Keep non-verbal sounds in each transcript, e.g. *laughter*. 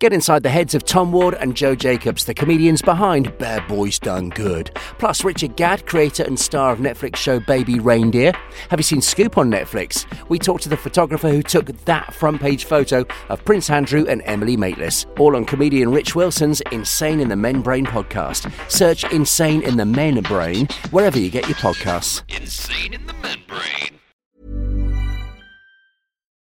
Get inside the heads of Tom Ward and Joe Jacobs, the comedians behind Bad Boys Done Good. Plus, Richard Gadd, creator and star of Netflix show Baby Reindeer. Have you seen Scoop on Netflix? We talked to the photographer who took that front page photo of Prince Andrew and Emily Maitlis, all on comedian Rich Wilson's Insane in the Men Brain podcast. Search Insane in the Men Brain wherever you get your podcasts. Insane in the membrane.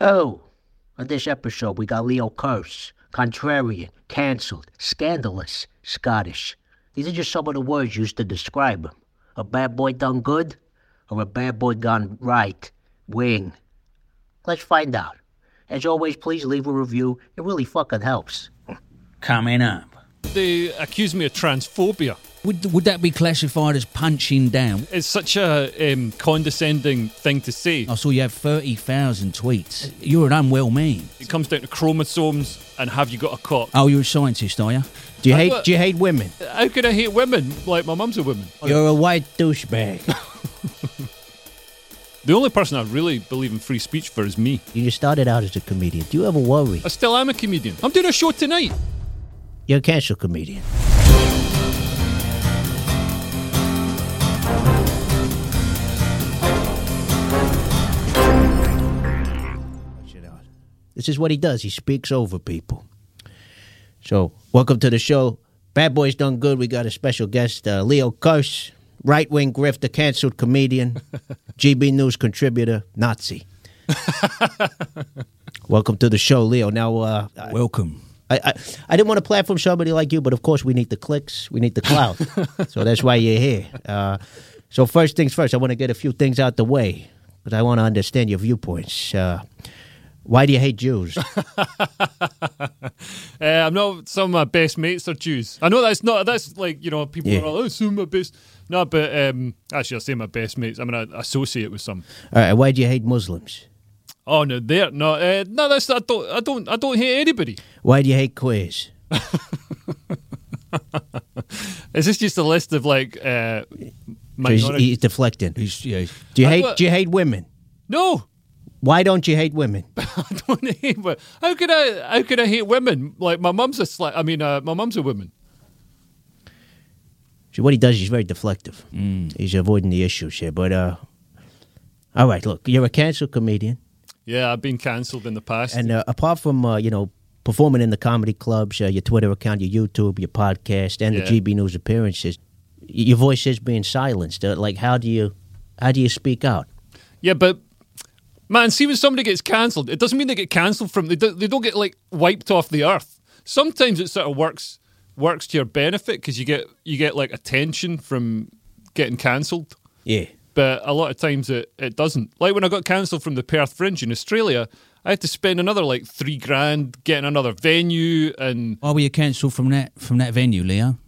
Oh, on this episode we got Leo Curse, Contrarian, Cancelled, Scandalous, Scottish. These are just some of the words used to describe him. A bad boy done good, or a bad boy gone right, wing. Let's find out. As always, please leave a review. It really fucking helps. coming up. They accuse me of transphobia. Would, would that be classified as punching down? It's such a um, condescending thing to say. I saw you have 30,000 tweets. You're an unwell man. It comes down to chromosomes and have you got a cock? Oh, you're a scientist, are you? Do you hate? what- Do you hate women? How could I hate women? Like my mum's a woman. You're a white douchebag. The only person I really believe in free speech for is me. you just started out as a comedian. Do you ever worry? I still am a comedian. I'm doing a show tonight. You're a cancel comedian. This is what he does. He speaks over people. So, welcome to the show. Bad Boys Done Good. We got a special guest, uh, Leo Kurse, right wing grifter, canceled comedian, GB News contributor, Nazi. *laughs* welcome to the show, Leo. Now, uh, *laughs* Welcome. I, I, I didn't want to platform somebody like you, but of course we need the clicks, we need the clout, so that's why you're here. Uh, so first things first, I want to get a few things out the way because I want to understand your viewpoints. Uh, why do you hate Jews? Uh, I'm not. Some of my best mates are Jews. I know that's not. That's like you know people Yeah. are like, oh, some of my best. No, but um, actually, I say my best mates. I mean, I associate with some. All right, why do you hate Muslims? Oh no, they're no, uh, no. That's I don't. I don't. I don't hate anybody. Why do you hate queers? Is this just a list of like uh, So he's, minorities? he's deflecting. He's, yeah, he's- Do you I hate wa- Do you hate women? No, *laughs* Why don't you hate women? I don't hate. wo- How could I? How could I hate women? Like my mum's a slut. I mean, uh, my mum's a woman. See, what he does, he's very deflective. He's avoiding the issues here. But uh, all right, look, you're a cancel comedian. Yeah, I've been cancelled in the past. And uh, apart from uh, you know performing in the comedy clubs, uh, your Twitter account, your YouTube, your podcast, and Yeah. the GB News appearances, y- your voice is being silenced. Uh, like how do you how do you speak out? yeah, but man, see when somebody gets cancelled, it doesn't mean they get cancelled from. They don't, they don't get like wiped off the earth. Sometimes it sort of works works to your benefit because you get you get like attention from getting cancelled. Yeah, but a lot of times it, it doesn't. Like when I got cancelled from the Perth Fringe in Australia, I had to spend another like three grand getting another venue, and why were you cancelled from that from that venue, Leo?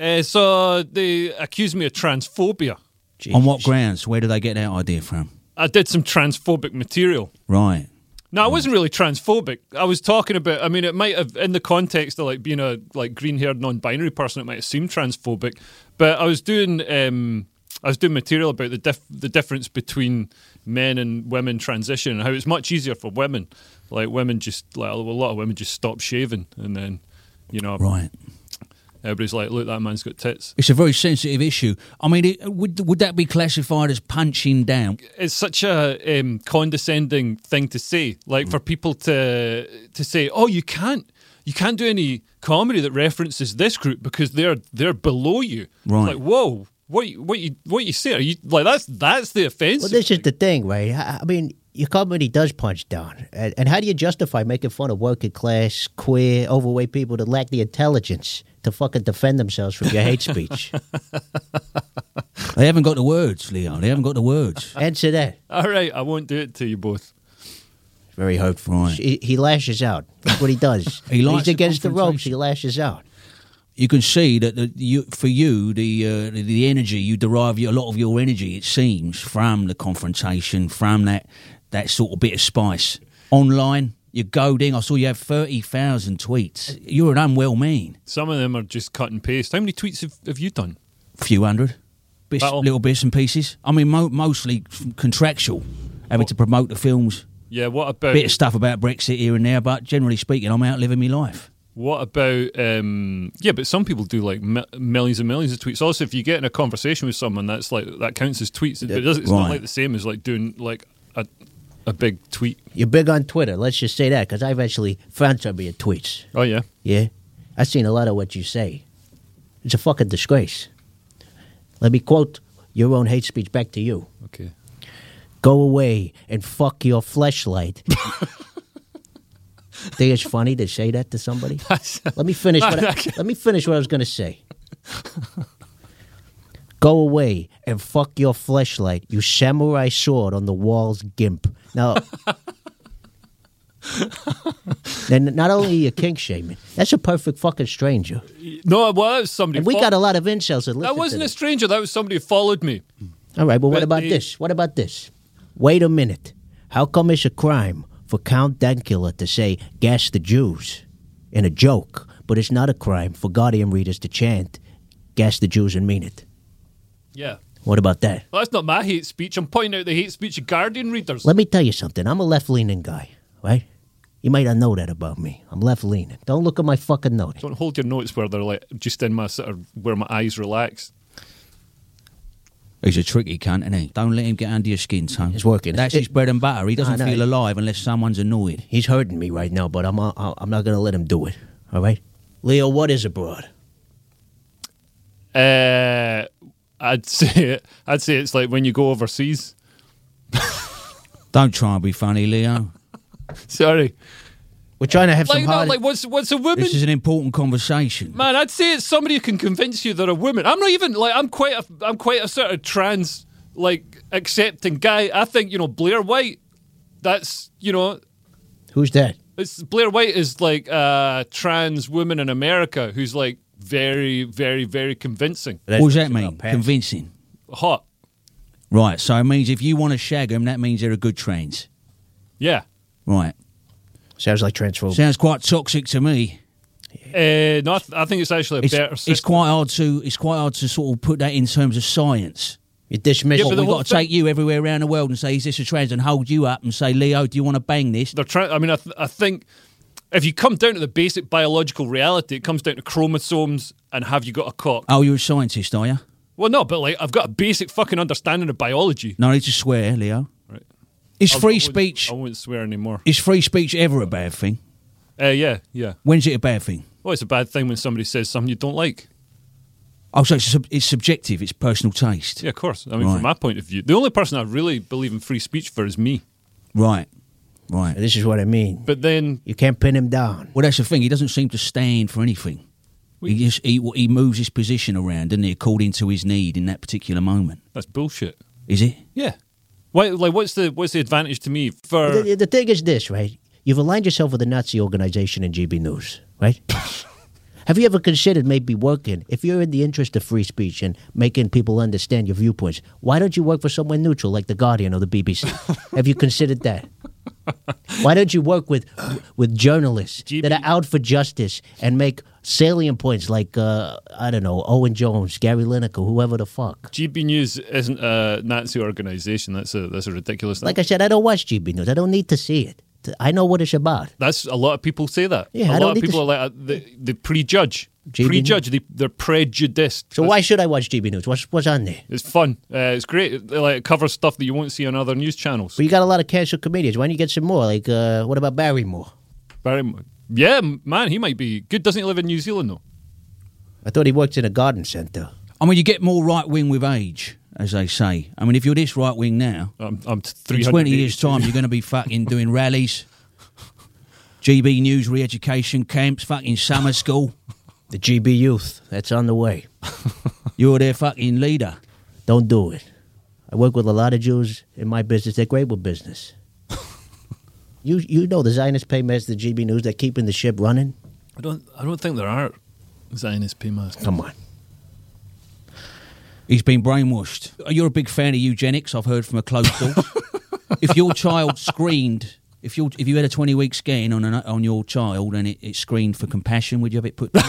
uh, so they accused me of transphobia. Jesus. On what grounds? Where did they get that idea from? I did some transphobic material. Right. No, I wasn't really transphobic. I was talking about. I mean, it might have in the context of like being a like green-haired non-binary person, it might have seemed transphobic. But I was doing um, I was doing material about the dif- the difference between men and women transition and how it's much easier for women. Like women just like a lot of women just stop shaving and then you know Right. Everybody's like, look, that man's got tits. It's a very sensitive issue. I mean, it, would would that be classified as punching down? it's such a um, condescending thing to say. Like for people to to say, "Oh, you can't, you can't do any comedy that references this group because they're they're below you." Right. Like, whoa, what you- what you what you say? Are you like that's that's the offense? Well, this is the thing, right? I I mean, your comedy does punch down. And, and how do you justify making fun of working class, queer, overweight people that lack the intelligence to fucking defend themselves from your hate *laughs* speech? They haven't got the words, Leo. They haven't got the words. Answer that. All right, I won't do it to you both. Very hopeful. Right. He, he lashes out. That's what he does. He likes He's the against the ropes. He lashes out. you can see that the, you, for you, the, uh, the the energy you derive your- a lot of your energy, it seems, from the confrontation, from that that sort of bit of spice. Online, you're goading. I saw you have thirty thousand tweets. You're an unwell man. Some of them are just cut and paste. How many tweets have, have you done? Few hundred, bits, Battle. little bits and pieces. I mean, mo- mostly contractual, having to promote the films. Yeah, what about Bit of stuff about Brexit here and there, but generally speaking, I'm out living my life. What about um, yeah? But some people do like mi- millions and millions of tweets. Also, if you get in a conversation with someone, that's like that counts as tweets. It, it doesn't, it's not Right. like the same as like doing like a a big tweet. You're big on Twitter. Let's just say that because I've actually found some of your tweets. Oh yeah, Yeah. I've seen a lot of what you say. It's a fucking disgrace. Let me quote your own hate speech back to you. Okay. Go away and fuck your *laughs* fleshlight. Think it's funny to say that to somebody? let me finish what I, let me finish what I was *laughs* gonna say. Go away and fuck your fleshlight, you samurai sword on the wall's gimp. *laughs* Now then not only are you kink shaming, that's a perfect fucking stranger. no, well, that was somebody. And we fo- got a lot of incels that listen That to wasn't a this. stranger. That was somebody who followed me. All right, but what But about the- this? What about this? Wait a minute. How come it's a crime for Count Dankula to say gas the Jews in a joke, but it's not a crime for Guardian readers to chant gas the Jews and mean it? Yeah, What about that? well, that's not my hate speech. I'm pointing out the hate speech of Guardian readers. Let me tell you something. I'm a left leaning guy, right? You might not know that about me. I'm left leaning. Don't look at my fucking note. Don't hold your notes where they're like just in my sort of where my eyes relax. He's a tricky cunt, isn't he? Don't let him get under your skin, Tom. It's working. That's It- his bread and butter. He doesn't I know. feel alive unless someone's annoyed. He's hurting me right now, but I'm I- I'm not gonna let him do it. All right, Leo. What is abroad? Uh, I'd *laughs* say I'd say it's like when you go overseas. Don't try and be funny, Leo. Sorry. We're trying to have Like, some no, hard. like what's what's a woman? This is an important conversation. Man, I'd say it's somebody who can convince you they're a woman. I'm not even like I'm quite a I'm quite a sort of trans like accepting guy. I think you know Blair White. That's you know Who's that? it's Blair White is like a trans woman in America who's like very very very convincing, what does that mean? Convincing. hot. Right, so it means if you want to shag them, that means they're a good trans. Yeah. Right. Sounds like transphobia. Sounds quite toxic to me. Uh, no, I, th- I think it's actually a It's, better. it's system. quite hard to it's quite hard to sort of put that in terms of science. You dismiss. Yeah, but What, the we've whole got to thing- take you everywhere around the world and say, is this a trans? And hold you up and say, Leo, do you want to bang this? they're trying. I mean, I, th- I think if you come down to the basic biological reality, it comes down to chromosomes and have you got a cock? Oh, you're a scientist, are you? Well, no, but like I've got a basic fucking understanding of biology. No need to swear, Leo. Right. Is I- I free wouldn't- speech I wouldn't swear anymore. is free speech ever a bad thing? Uh, yeah, yeah. When's it a bad thing? Well, it's a bad thing when somebody says something you don't like. Oh, so it's, sub- it's subjective. It's personal taste. Yeah, of course. I mean, Right. from my point of view, the only person I really believe in free speech for is me. Right. Right. This is what I mean. But then, You can't pin him down. Well, that's the thing. He doesn't seem to stand for anything. He just he, he moves his position around, doesn't he, according to his need in that particular moment. that's bullshit. Is it? Yeah. Why, like, what's the what's the advantage to me for? The, the thing is this, right? You've aligned yourself with the Nazi organization and GB News, *laughs* right? Have you ever considered maybe working, if you're in the interest of free speech and making *laughs* people understand your viewpoints, why don't you work for somewhere neutral like The Guardian or the BBC? Have you considered that? Why don't you work with with journalists that are out for justice and make salient points like uh, I don't know Owen Jones, Gary Lineker, whoever the fuck. GB News isn't a Nazi organization. That's a that's a ridiculous thing. Like I said, I don't watch GB News. I don't need to see it. I know what it's about. That's a lot of people say that. Yeah, I a don't lot need of to people s- are like uh, they, they prejudge, GB prejudge. They, they're prejudiced. So why should I watch GB News? What's what's on there? It's fun. Uh, it's great. It, like it covers stuff that you won't see on other news channels. But you got a lot of cancel comedians. Why don't you get some more? Like uh, what about Barrymore? Barrymore. Yeah, m- man, he might be good. Doesn't he live in New Zealand though? I thought he worked in a garden center. I mean, you get more right wing with age, as they say. I mean, if you're this right wing now, I'm, I'm t- in 20 years' time, you're going to be fucking doing rallies, GB News re education camps, fucking summer school. The GB Youth, that's on the way. You're their fucking leader. Don't do it. I work with a lot of Jews in my business. They're great with business. *laughs* you you know the Zionists pay mess the GB News. They're keeping the ship running. I don't. I don't think there are Zionist paymasters. Come on. He's been brainwashed. You're a big fan of eugenics, I've heard from a close *laughs* source. if your child screened, if you if you had a 20 week scan on an, on your child and it, it screened for compassion, would you have it put down?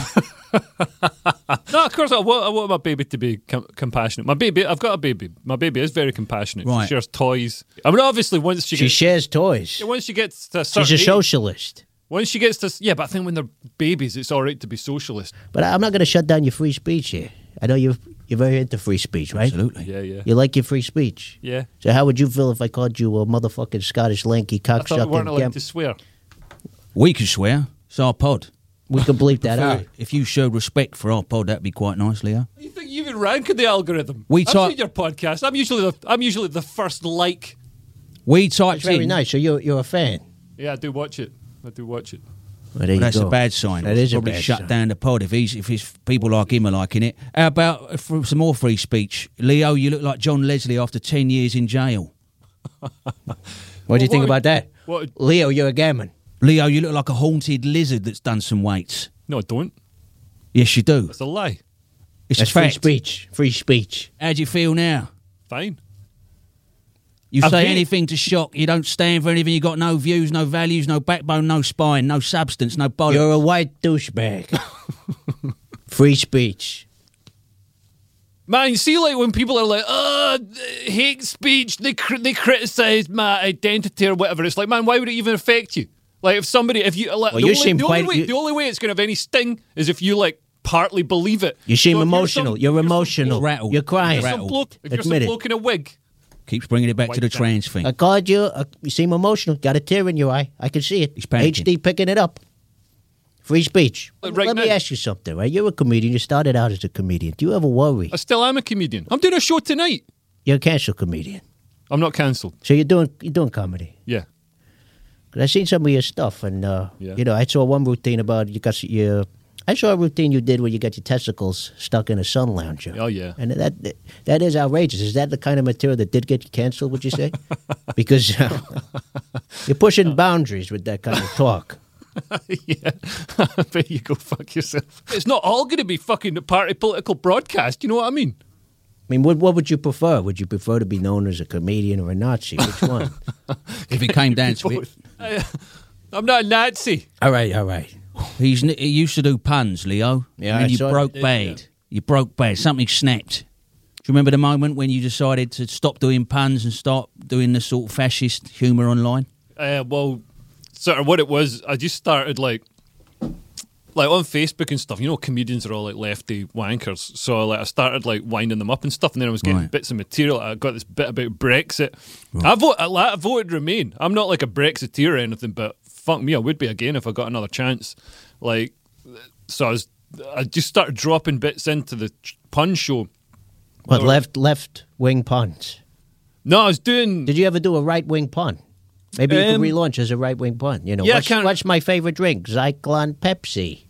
no, of course I want, I want my baby to be com- compassionate. My baby, I've got a baby. My baby is very compassionate. Right. She shares toys. I mean, obviously, once she She gets, shares toys. yeah, once she gets to a She's certain a age- socialist. Once she gets to s- yeah, but I think when they're babies, it's all right to be socialist. But I- I'm not going to shut down your free speech here. I know you're you're very into free speech, right? Absolutely. Yeah, yeah. You like your free speech. Yeah. So how would you feel if I called you a motherfucking Scottish lanky I thought we weren't cocksucking? allowed Gam- to swear. We can swear. It's our pod. we could bleep that If- out. If you showed respect for our pod, that'd be quite nice, Leo. You think you've even ranking the algorithm? We I've talk- seen your podcast. I'm usually the I'm usually the first like. We typed Very in. nice. So you're you're a fan. Yeah, I do watch it. I do watch it. Well, there you that's go. a bad sign. That is a probably bad shut sign. down the pod if he's if his people like him are liking it. How about for some more free speech, Leo? You look like John Leslie after ten years in jail. What do you Well, think what- about that? what- Leo, you're a gammon. Leo, you look like a haunted lizard that's done some weights. No, I don't. Yes, you do. It's a lie. It's a That's free fact. speech. Free speech. How do you feel now? Fine. You I say feel- anything to shock. You don't stand for anything. You got no views, no values, no backbone, no spine, no substance, no bollocks. You're a *laughs* white douchebag. free speech. Man, you see, like when people are like, "Oh, th- hate speech," they cr- they criticize my identity or whatever. It's like, man, why would it even affect you? Like, if somebody, if you, like, Well, the, you only, seem the, quite- only way, you- the only way it's going to have any sting is if you like partly believe it. You seem So if emotional. You're, some, You're, emotional. You're rattled. You're crying. You're some rattled. bloke, if you're some Admit it. bloke in a wig, Keeps bringing it back to White the guy. trans thing. I called you. Uh, you seem emotional. Got a tear in your eye. I can see it. He's panicking. HD picking it up. Free speech. But right Let me now- ask you something, right? You're a comedian. You started out as a comedian. Do you ever worry? I still am a comedian. I'm doing a show tonight. You're a cancel comedian. I'm not cancelled. So you're doing you're doing comedy. Yeah. Cause I seen some of your stuff, and uh, Yeah. you know, I saw one routine about you got your. I saw a routine you did where you got your testicles stuck in a sun lounger. Oh, yeah. and that that is outrageous. Is that the kind of material that did get canceled? Would *laughs* you say? because uh, *laughs* you're pushing boundaries with that kind of talk. *laughs* yeah. I bet you go fuck yourself. It's not all going to be fucking party political broadcast. You know what I mean? I mean, what what would you prefer? Would you prefer to be known as a comedian or a *laughs* Nazi? Which one? if it *laughs* came down to it, Both. I, *laughs* I'm not a Nazi. all right, all right. He's n- he used to do puns, Leo. Yeah, and I you saw it. broke Yeah, bad. You broke bad. Something snapped. Do you remember the moment when you decided to stop doing puns and start doing the sort of fascist humour online? Uh, well, sort of what it was, I just started like, like on Facebook and stuff. You know, comedians are all like lefty wankers, so like I started like winding them up and stuff, and then I was getting Right. bits of material. I got this bit about Brexit. I vote, I, I voted Remain. I'm not like a Brexiteer or anything, but fuck me, I would be again if I got another chance. Like, so I was, I just started dropping bits into the pun show. What left left wing puns? No, I was doing. Did you ever do a right wing pun? Maybe you Um, could relaunch as a right wing pun. You know, yeah, I what's, can't- what's my favorite drink? Zyklon Pepsi.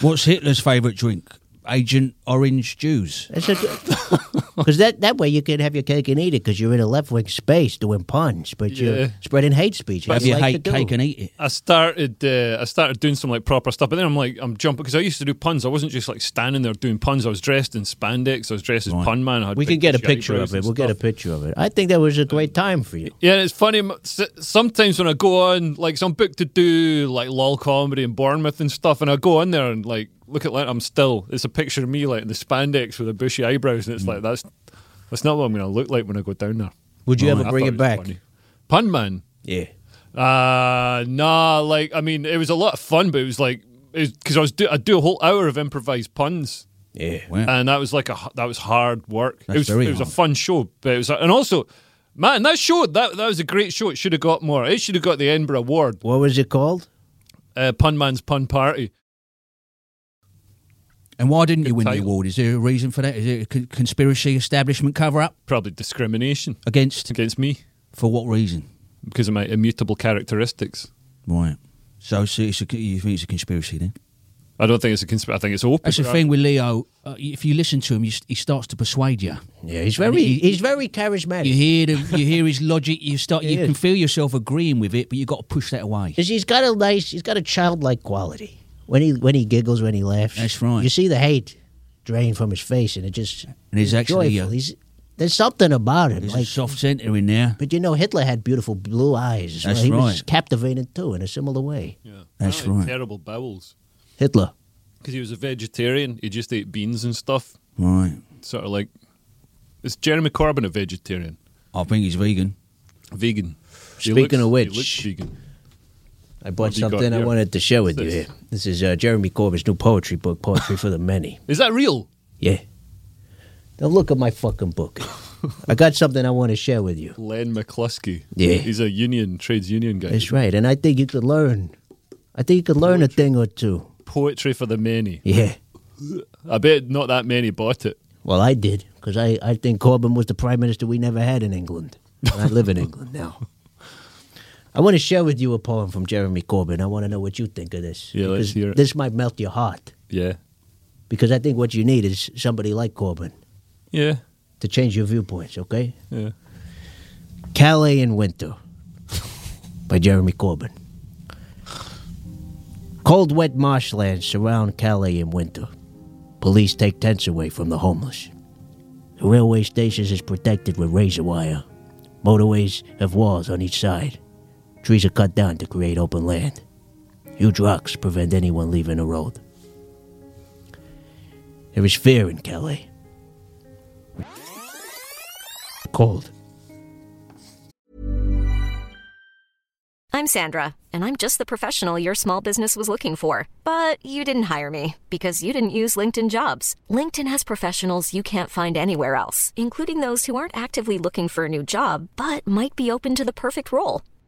What's Hitler's favourite drink? Agent Orange Juice. *laughs* That's a, Because that, that way you can have your cake and eat it because you're in a left wing space doing puns, but Yeah. you're spreading hate speech. as you like to do. it. I started. Uh, I started doing some like proper stuff, but then I'm like, I'm jumping because I used to do puns. I wasn't just like standing there doing puns. I was dressed in spandex. I was dressed as pun man. I had We big can get a bushy picture eyebrows of it. and We'll get a stuff. picture of it. I think that was a great time for you. Yeah, and it's funny. m- s- Sometimes when I go on, like, so I'm booked to do like lol comedy in Bournemouth and stuff, and I go on there and like look at like I'm still. It's a picture of me like in the spandex with the bushy eyebrows, and it's like that's that's not what I'm going to look like when I go down there. Mm. Would you Oh, ever I bring thought it was back? funny. Pun man. Yeah. Uh nah, like I mean, it was a lot of fun, but it was like because I was do, I do a whole hour of improvised puns. Yeah. Uh, Wow. And that was like a h- that was hard work. That's it was very it was a hard. fun show, but it was and also man, that show that that was a great show. It should have got more. It should have got the Edinburgh Award. What was it called? Uh, pun man's pun party. And why didn't you win the title. award? Is there a reason for that? Is it a con- conspiracy establishment cover up Probably discrimination against? against me For what reason? because of my immutable characteristics. Right. So, so it's a, you think it's a conspiracy then? I don't think it's a conspiracy. I think it's open. That's the thing with Leo. Uh, if you listen to him, you, s- he starts to persuade you. Yeah, he's very he- he's very charismatic. You hear the, you hear his logic. You start. He You is. can feel yourself agreeing with it, but you've got to push that away. 'Cause he's got a nice, he's got a childlike quality. When he when he giggles, when he laughs, That's right. You see the hate drain from his face, and it just And he's actually joyful. uh, He's there's something about him. there's Like, a soft centre in there. but you know, Hitler had beautiful blue eyes. as That's well. He was right. captivating too, in a similar way. That's Apparently right. Terrible bowels Hitler. because he was a vegetarian. He just ate beans and stuff. Right. sort of like is Jeremy Corbyn a vegetarian, I think he's vegan. vegan? He Speaking of looks- which- he looks vegan. I bought What have you got something I here? wanted to share with What's you this? here. This is uh, Jeremy Corbyn's new poetry book, Poetry for the Many. is that real? Yeah. Now look at my fucking *laughs* book. I got something I want to share with you. Len McCluskey. Yeah. he's a union trades union guy. That's right, and I think you could learn. I think you could learn a thing or two. Poetry for the many. Yeah. I bet not that many bought it. Well, I did because I, I think Corbyn was the prime minister we never had in England. And I *laughs* live in England now. I want to share with you a poem from Jeremy Corbyn. I want to know what you think of this. Yeah, let's because hear it. This might melt your heart Yeah, because I think what you need is somebody like Corbyn yeah, to change your viewpoints. Okay, yeah. Calais in Winter by Jeremy Corbyn. Cold, wet marshlands surround Calais in winter. Police take tents away from the homeless. The railway stations is protected with razor wire. Motorways have walls on each side. Trees are cut down to create open land. Huge rocks prevent anyone leaving the road. There is fear in Calais. Cold. I'm Sandra, and I'm just the professional your small business was looking for. But you didn't hire me because you didn't use LinkedIn jobs. LinkedIn has professionals you can't find anywhere else, including those who aren't actively looking for a new job but might be open to the perfect role,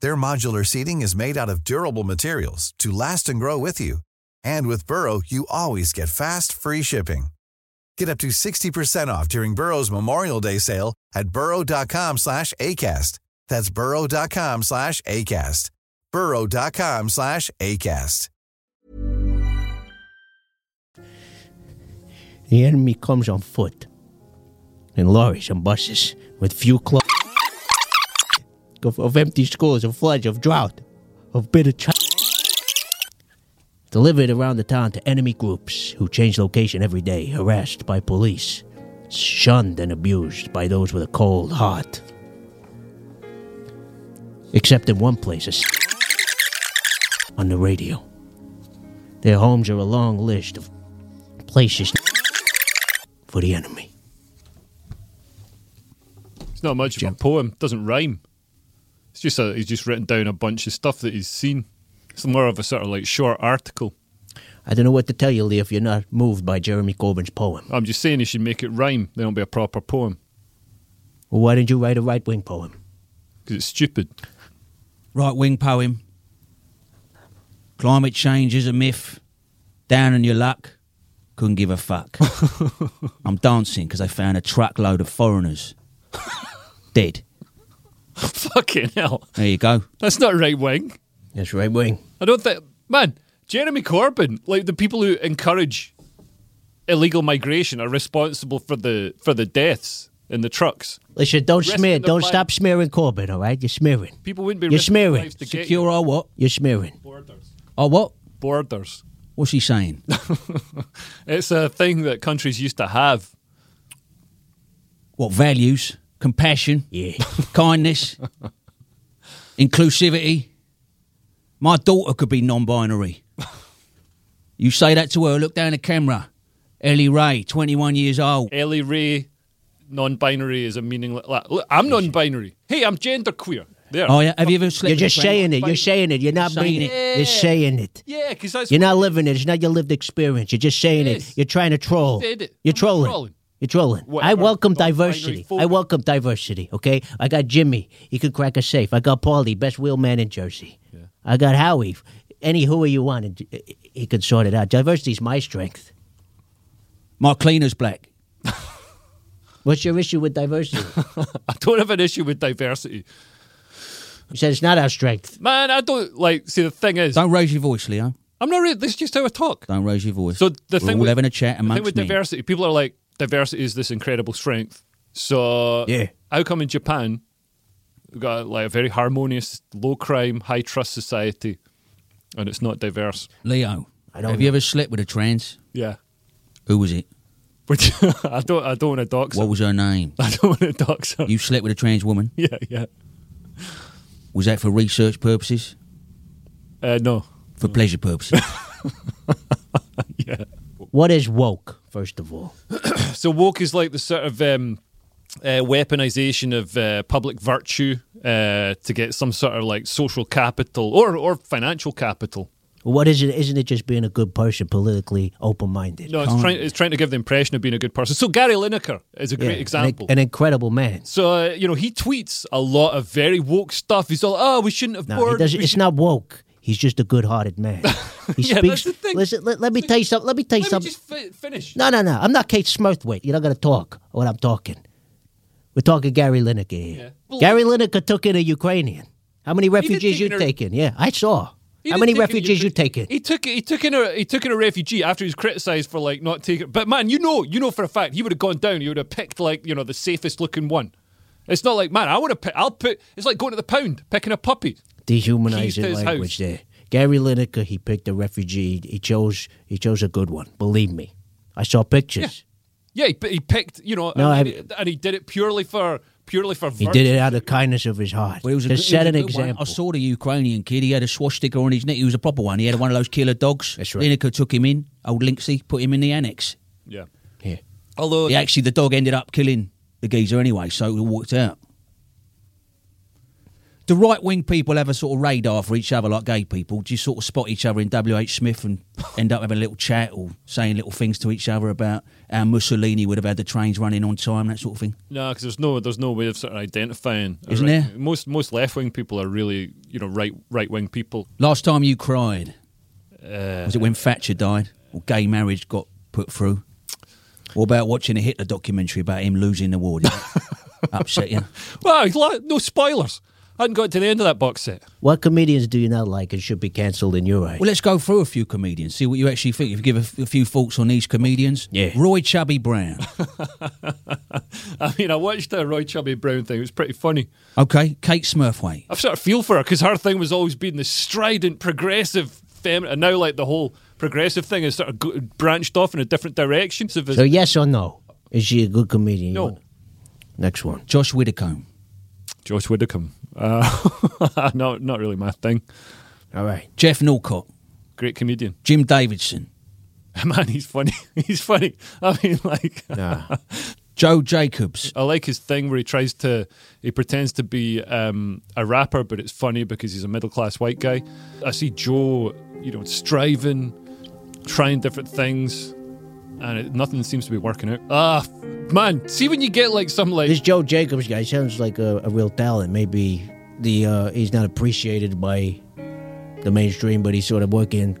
Their modular seating is made out of durable materials to last and grow with you. And with Burrow, you always get fast, free shipping. Get up to 60% off during Burrow's Memorial Day sale at burrow.com slash ACAST. That's burrow.com slash ACAST. burrow.com slash ACAST. The enemy comes on foot, in lorries and buses, with few clothes, of, of empty schools, of floods, of drought, of bitter ch- Delivered around the town to enemy groups who change location every day, harassed by police, shunned and abused by those with a cold heart. Except in one place, a s- on the radio. Their homes are a long list of places for the enemy. It's not much of a poem. Doesn't rhyme. It's just a, he's just written down a bunch of stuff that he's seen. It's more of a sort of like short article. I don't know what to tell you, Lee, if you're not moved by Jeremy Corbyn's poem. I'm just saying he should make it rhyme. Then it'll be a proper poem. Well, why didn't you write a right wing poem? because it's stupid. *laughs* Right wing poem. Climate change is a myth. Down on your luck. Couldn't give a fuck. I'm dancing because I found a truckload of foreigners dead. Fucking hell. There you go. That's not right wing. That's right wing. I don't think, man, Jeremy Corbyn, like the people who encourage illegal migration, are responsible for the for the deaths in the trucks. Listen, don't Rest smear. in the Don't plan. stop smearing Corbyn, all right? You're smearing. People wouldn't be You're risking their smearing. lives to get Secure our what? You're smearing. Our Oh, what? Borders. What's he saying? It's a thing that countries used to have. What values? Compassion. Yeah. Kindness. inclusivity. My daughter could be non binary. You say that to her, look down the camera. Ellie Ray, 21 years old. Ellie Ray, non-binary is a meaningless. like, Look, I'm non-binary. Hey, I'm genderqueer. There. Oh, yeah. Have you ever slept You're with just a friend? saying it. You're saying it. You're not Saying meaning it. it. You're saying it. Yeah, because that's You're not living it. It's not your lived experience. You're just saying It it. is. You're trying to troll. Said it. You're I'm trolling. trolling. You're trolling. I Whatever. welcome Non-binary diversity. I phobic. welcome diversity. Okay. I got Jimmy. He could crack a safe. I got Paulie, best wheelman in Jersey. I got Howie. Any who you want, and uh, he could sort it out. Diversity's my strength. My cleaner's black. What's your issue *laughs* with diversity? *laughs* I don't have an issue with diversity. you said it's not our strength. Man, I don't like. See, the thing is, Don't raise your voice, Leo. I'm not. Really, this is just how I talk. Don't raise your voice. So the We're thing all with- having a chat The thing amongst with men. diversity, people are like, diversity is this incredible strength. So Yeah. how come in Japan we've got like a very harmonious, low crime, high trust society, and it's not diverse? Leo, I don't have you ever slept with a trans? Yeah. Who was it? *laughs* Which I don't. I don't want to dox. What Her. was her *laughs* name? I don't want to dox. Her. You slept with a trans woman? *laughs* Yeah, yeah. Was that for research purposes? Uh, no. For pleasure *laughs* purposes? Yeah. What is woke? First of all, So woke is like the sort of um, uh, weaponization of uh, public virtue uh, to get some sort of like social capital or or financial capital. what is it? Isn't it just being a good person, politically open-minded? No, it's trying, it's trying to give the impression of being a good person. So Gary Lineker is a Yeah, great an- example. An, incredible man. so uh, you know he tweets a lot of very woke stuff. He's all, "Oh, we shouldn't have No, bored. it doesn't, we it's should-" not woke. He's just a good-hearted *laughs* man. He Yeah, that's speaks. the thing. Listen, let, let me tell you something. Let me tell you Let me something. just fi- finish. No, no, no. I'm not Kate Smurthwaite. You're not going to talk what I'm talking. We're talking Gary Lineker here. Well, Gary Lineker took in a Ukrainian. How many refugees you take in a- taking? Yeah, I saw. He How didn't many take in a refugees you Ukraine- taking? He took he took in a he took in a refugee after he was criticised for like not taking. But man, you know you know for a fact he would have gone down. He would have picked like you know the safest looking one. It's not like man, I would have. Pick, I'll put. It's like going to the pound picking a puppy. Keys to Dehumanizing his language house. there. Gary Lineker, he picked a refugee. He chose. He chose a good one. Believe me, I saw pictures. Yeah, but he picked you know, No, and, I- he- and he did it purely for purely for. He did it out of kindness of his heart. Well, it was a Just good- it was set a an good one. example. I saw the Ukrainian kid. He had a swastika on his neck. He was a proper one. He had one of those killer dogs. That's right. Lineker took him in. Old Linksy put him in the annex. Yeah. Yeah. Although He actually, the dog ended up killing the geezer anyway, so he walked out. The right wing people have a sort of radar for each other, like gay people. Do you sort of spot each other in WH Smith and end up having a little chat or saying little things to each other about how Mussolini would have had the trains running on time, that sort of thing? No, because there's no there's no way of sort of identifying. a Isn't right- there? Most most left wing people are really you know right right wing people. Last time you cried, was it when Thatcher died or gay marriage got put through? Or about watching a Hitler documentary about him losing the war? Did it upset you? Wow, he's li- no spoilers. I hadn't got to the end of that box set. What comedians do you not like and should be cancelled in your eyes? Well, let's go through a few comedians, see what you actually think. If you give a, f- a few thoughts on these comedians. Yeah. Roy Chubby Brown. *laughs* I mean, I watched the Roy Chubby Brown thing. It was pretty funny. okay. Kate Smurfway. I've sort of feel for her because her thing was always being this strident, progressive feminine, and now like the whole progressive thing is sort of go- branched off in a different direction. So, so yes or no? Is she a good comedian? no, Next one. Josh Widdicombe. Josh Widdicombe. Uh, *laughs* no, not really my thing. All right. Jeff Norcott. Great comedian. *laughs* Jim Davidson. Man, he's funny. *laughs* He's funny. I mean, like, Nah. Joe Jacobs. I like his thing where he tries to, he pretends to be um, a rapper, but it's funny because he's a middle class white guy. I see Joe, you know, striving, trying different things, and it, nothing seems to be working out. Ah, f- man, see when you get like some like, This Joe Jacobs guy sounds like a, a real talent. Maybe the uh, he's not appreciated by the mainstream, but he's sort of working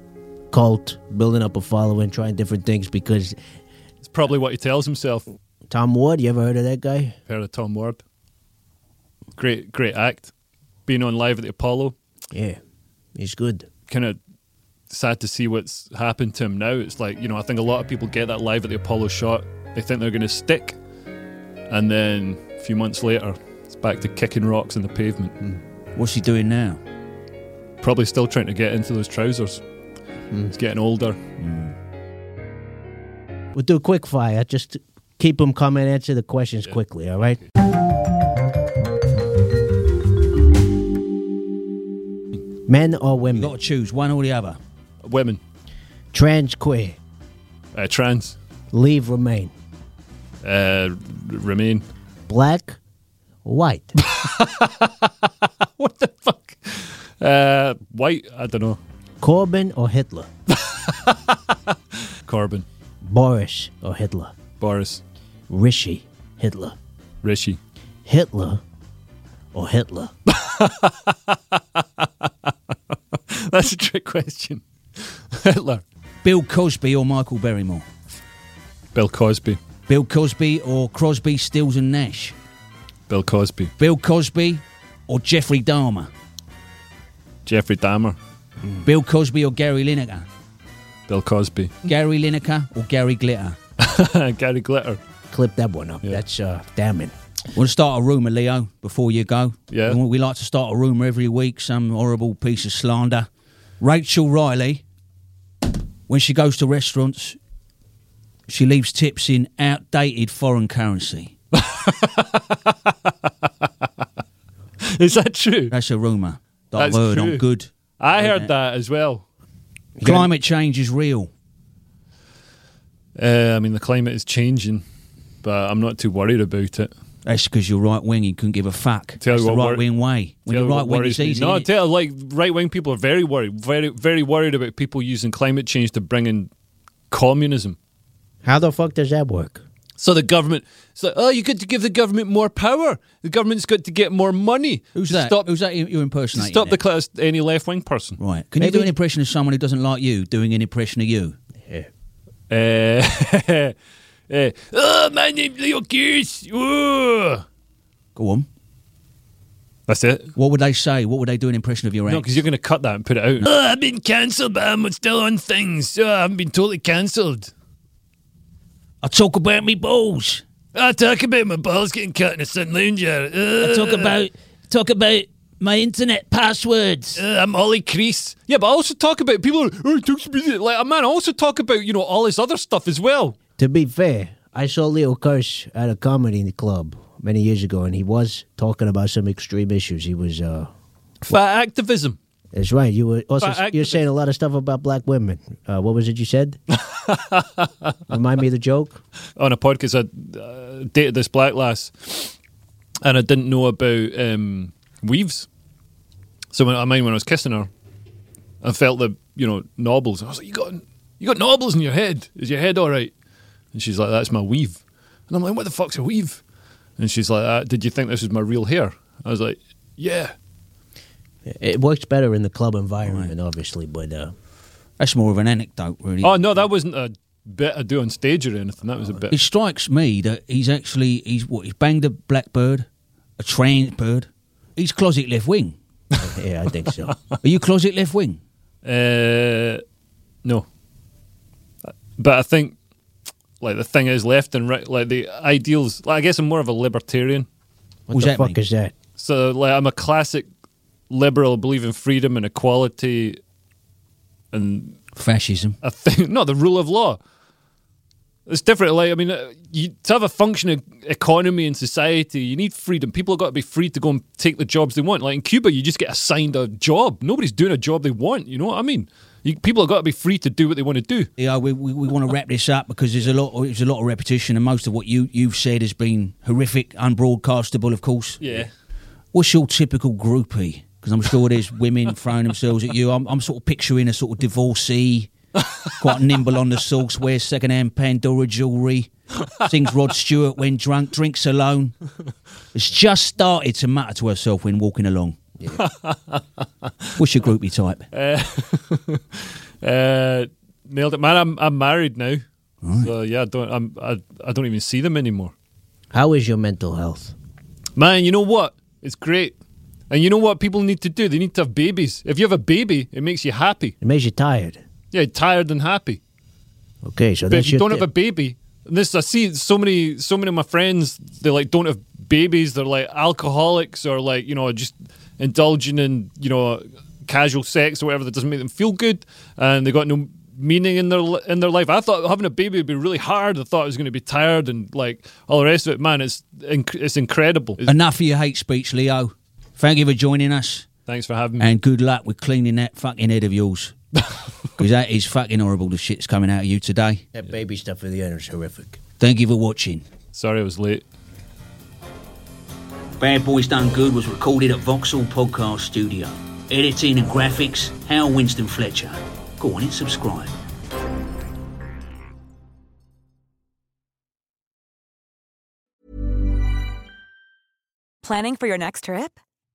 cult, building up a following, trying different things because it's probably what he tells himself. Tom Ward, you ever heard of that guy? Heard of Tom Ward? Great, great act. Being on live at the Apollo. Yeah, he's good. Kind of sad to see what's happened to him now. It's like you know, I think a lot of people get that live at the Apollo shot. They think they're going to stick, and then a few months later, it's back to kicking rocks in the pavement. What's he doing now? Probably still trying to get into those trousers. He's getting older. We'll do a quick fire. Just keep them coming. Answer the questions quickly. All right. Men or women? You got to choose one or the other. Women. Trans queer. Uh, trans. Leave remain. Uh, r- remain. *laughs* Black. White. Uh, white. I don't know. Corbyn or Hitler? Corbyn. Boris or Hitler? Boris. Rishi. Hitler. Rishi. *laughs* Hitler or Hitler? That's a trick question. *laughs* Hitler. Bill Cosby or Michael Berrymore? Bill Cosby. Bill Cosby or Crosby, Stills and Nash? Bill Cosby. Bill Cosby or Jeffrey Dahmer? Jeffrey Dahmer. Bill Cosby or Gary Lineker? Bill *laughs* Cosby. Gary Lineker or Gary Glitter? Gary Glitter. Clip that one up. That's uh, damning. We'll start a rumour, Leo, before you go. Yeah. We, we like to start a rumour every week, some horrible piece of slander. Rachel Riley, when she goes to restaurants, she leaves tips in outdated foreign currency. Is that true? That's a rumour that That's I've heard. true. I'm good. I heard that as well. Climate change is real. Uh, I mean, the climate is changing, but I'm not too worried about it. That's because you're right wing. You couldn't give a fuck. Tell you That's the what wor- right wing way. When Tell you're you what right wing, worries it's me. easy. No, innit? tell like right wing people are very worried, very very worried about people using climate change to bring in communism. How the fuck does that work? So the government, it's like, oh, you got to give the government more power. The government's got to get more money. Who's to that? Stop, Who's that you- you're to impersonating? stop there? the class, any left wing person. Right. Can you do an impression of someone who doesn't like you doing an impression of you? Uh, *laughs* uh, oh, my name's Leo Gears. Ooh. Go on. That's it. What would they say? What would they do an impression of your No, act? because you're going to cut that and put it out. Oh, I've been cancelled, but I'm still on things. Oh, I haven't been totally cancelled. I talk about me balls. I talk about my balls getting cut in a sun lounger. Uh, I talk about talk about my internet passwords. Uh, I'm Ollie Crease. Yeah, but I also talk about people. Are, oh, it takes me- like, man, I also talk about you know all this other stuff as well. To be fair, I saw Leo Kirsch at a comedy club many years ago, and he was talking about some extreme issues. He was, uh, Fat activism. that's right. You were also But I- you're saying a lot of stuff about black women. Uh, what was it *laughs* you said? Remind me of the joke. on a podcast. I uh, dated this black lass, and I didn't know about um, weaves. So when, I mean, when I was kissing her, I felt the you know knobbles. I was like, "You got you got knobbles in your head? Is your head all right?" And she's like, "That's my weave." And I'm like, "What the fuck's a weave?" And she's like, uh, "Did you think this was my real hair?" I was like, "Yeah." It works better in the club environment, obviously, but uh, That's more of an anecdote, really. Oh no, that wasn't a bit I do on stage or anything. That was a bit. It strikes me that he's actually he's what he's banged a blackbird, a trans bird. He's closet left *laughs* wing. yeah, I think *laughs* so. Are you closet left wing? Uh, no. But I think, like, the thing is left and right, like, the ideals, like, I guess I'm more of a libertarian. What What's the that fuck mean? is that? So, like, I'm a classic liberal, believe in freedom and equality and Fascism. I *laughs* think no, the rule of law. It's different. Like I mean, uh, you, to have a functioning economy and society, you need freedom. People have got to be free to go and take the jobs they want. Like in Cuba, you just get assigned a job. Nobody's doing a job they want. You know what I mean? You, people have got to be free to do what they want to do. Yeah, we, we, we want to wrap this up because there's a lot there's a lot of repetition and most of what you you've said has been horrific, unbroadcastable, of course. Yeah. What's your typical groupie? Because I'm sure there's women *laughs* throwing themselves at you. I'm, I'm sort of picturing a sort of divorcee, quite nimble on the sauce, wears secondhand Pandora jewellery, sings Rod Stewart when drunk, drinks alone. Has just started to mutter to herself when walking along. What's your groupie type? Uh, uh, nailed it, man. I'm I'm married now, so yeah, I don't I'm, I I don't even see them anymore. How is your mental health? Man, you know what? It's great, and you know what people need to do? They need to have babies. If you have a baby, it makes you happy. It makes you tired. Yeah, tired and happy. Okay, so but that's if you your don't have a baby, and this I see so many so many of my friends they like don't have babies. They're like alcoholics or like you know just indulging in you know casual sex or whatever that doesn't make them feel good, and they got no meaning in their li- in their life. I thought having a baby would be really hard. I thought I was going to be tired and like all the rest of it. Man, it's inc- it's incredible. It's- Enough of your hate speech, Leo. Thank you for joining us. Thanks for having me. And good luck with cleaning that fucking head of yours. Because that is fucking horrible, the shit's coming out of you today. That baby stuff at the end is horrific. Thank you for watching. Sorry I was late. Bad Boys Done Good was recorded at Vauxhall Podcast Studio. Editing and graphics, Hal Winston Fletcher. Go on and subscribe. Planning for your next trip?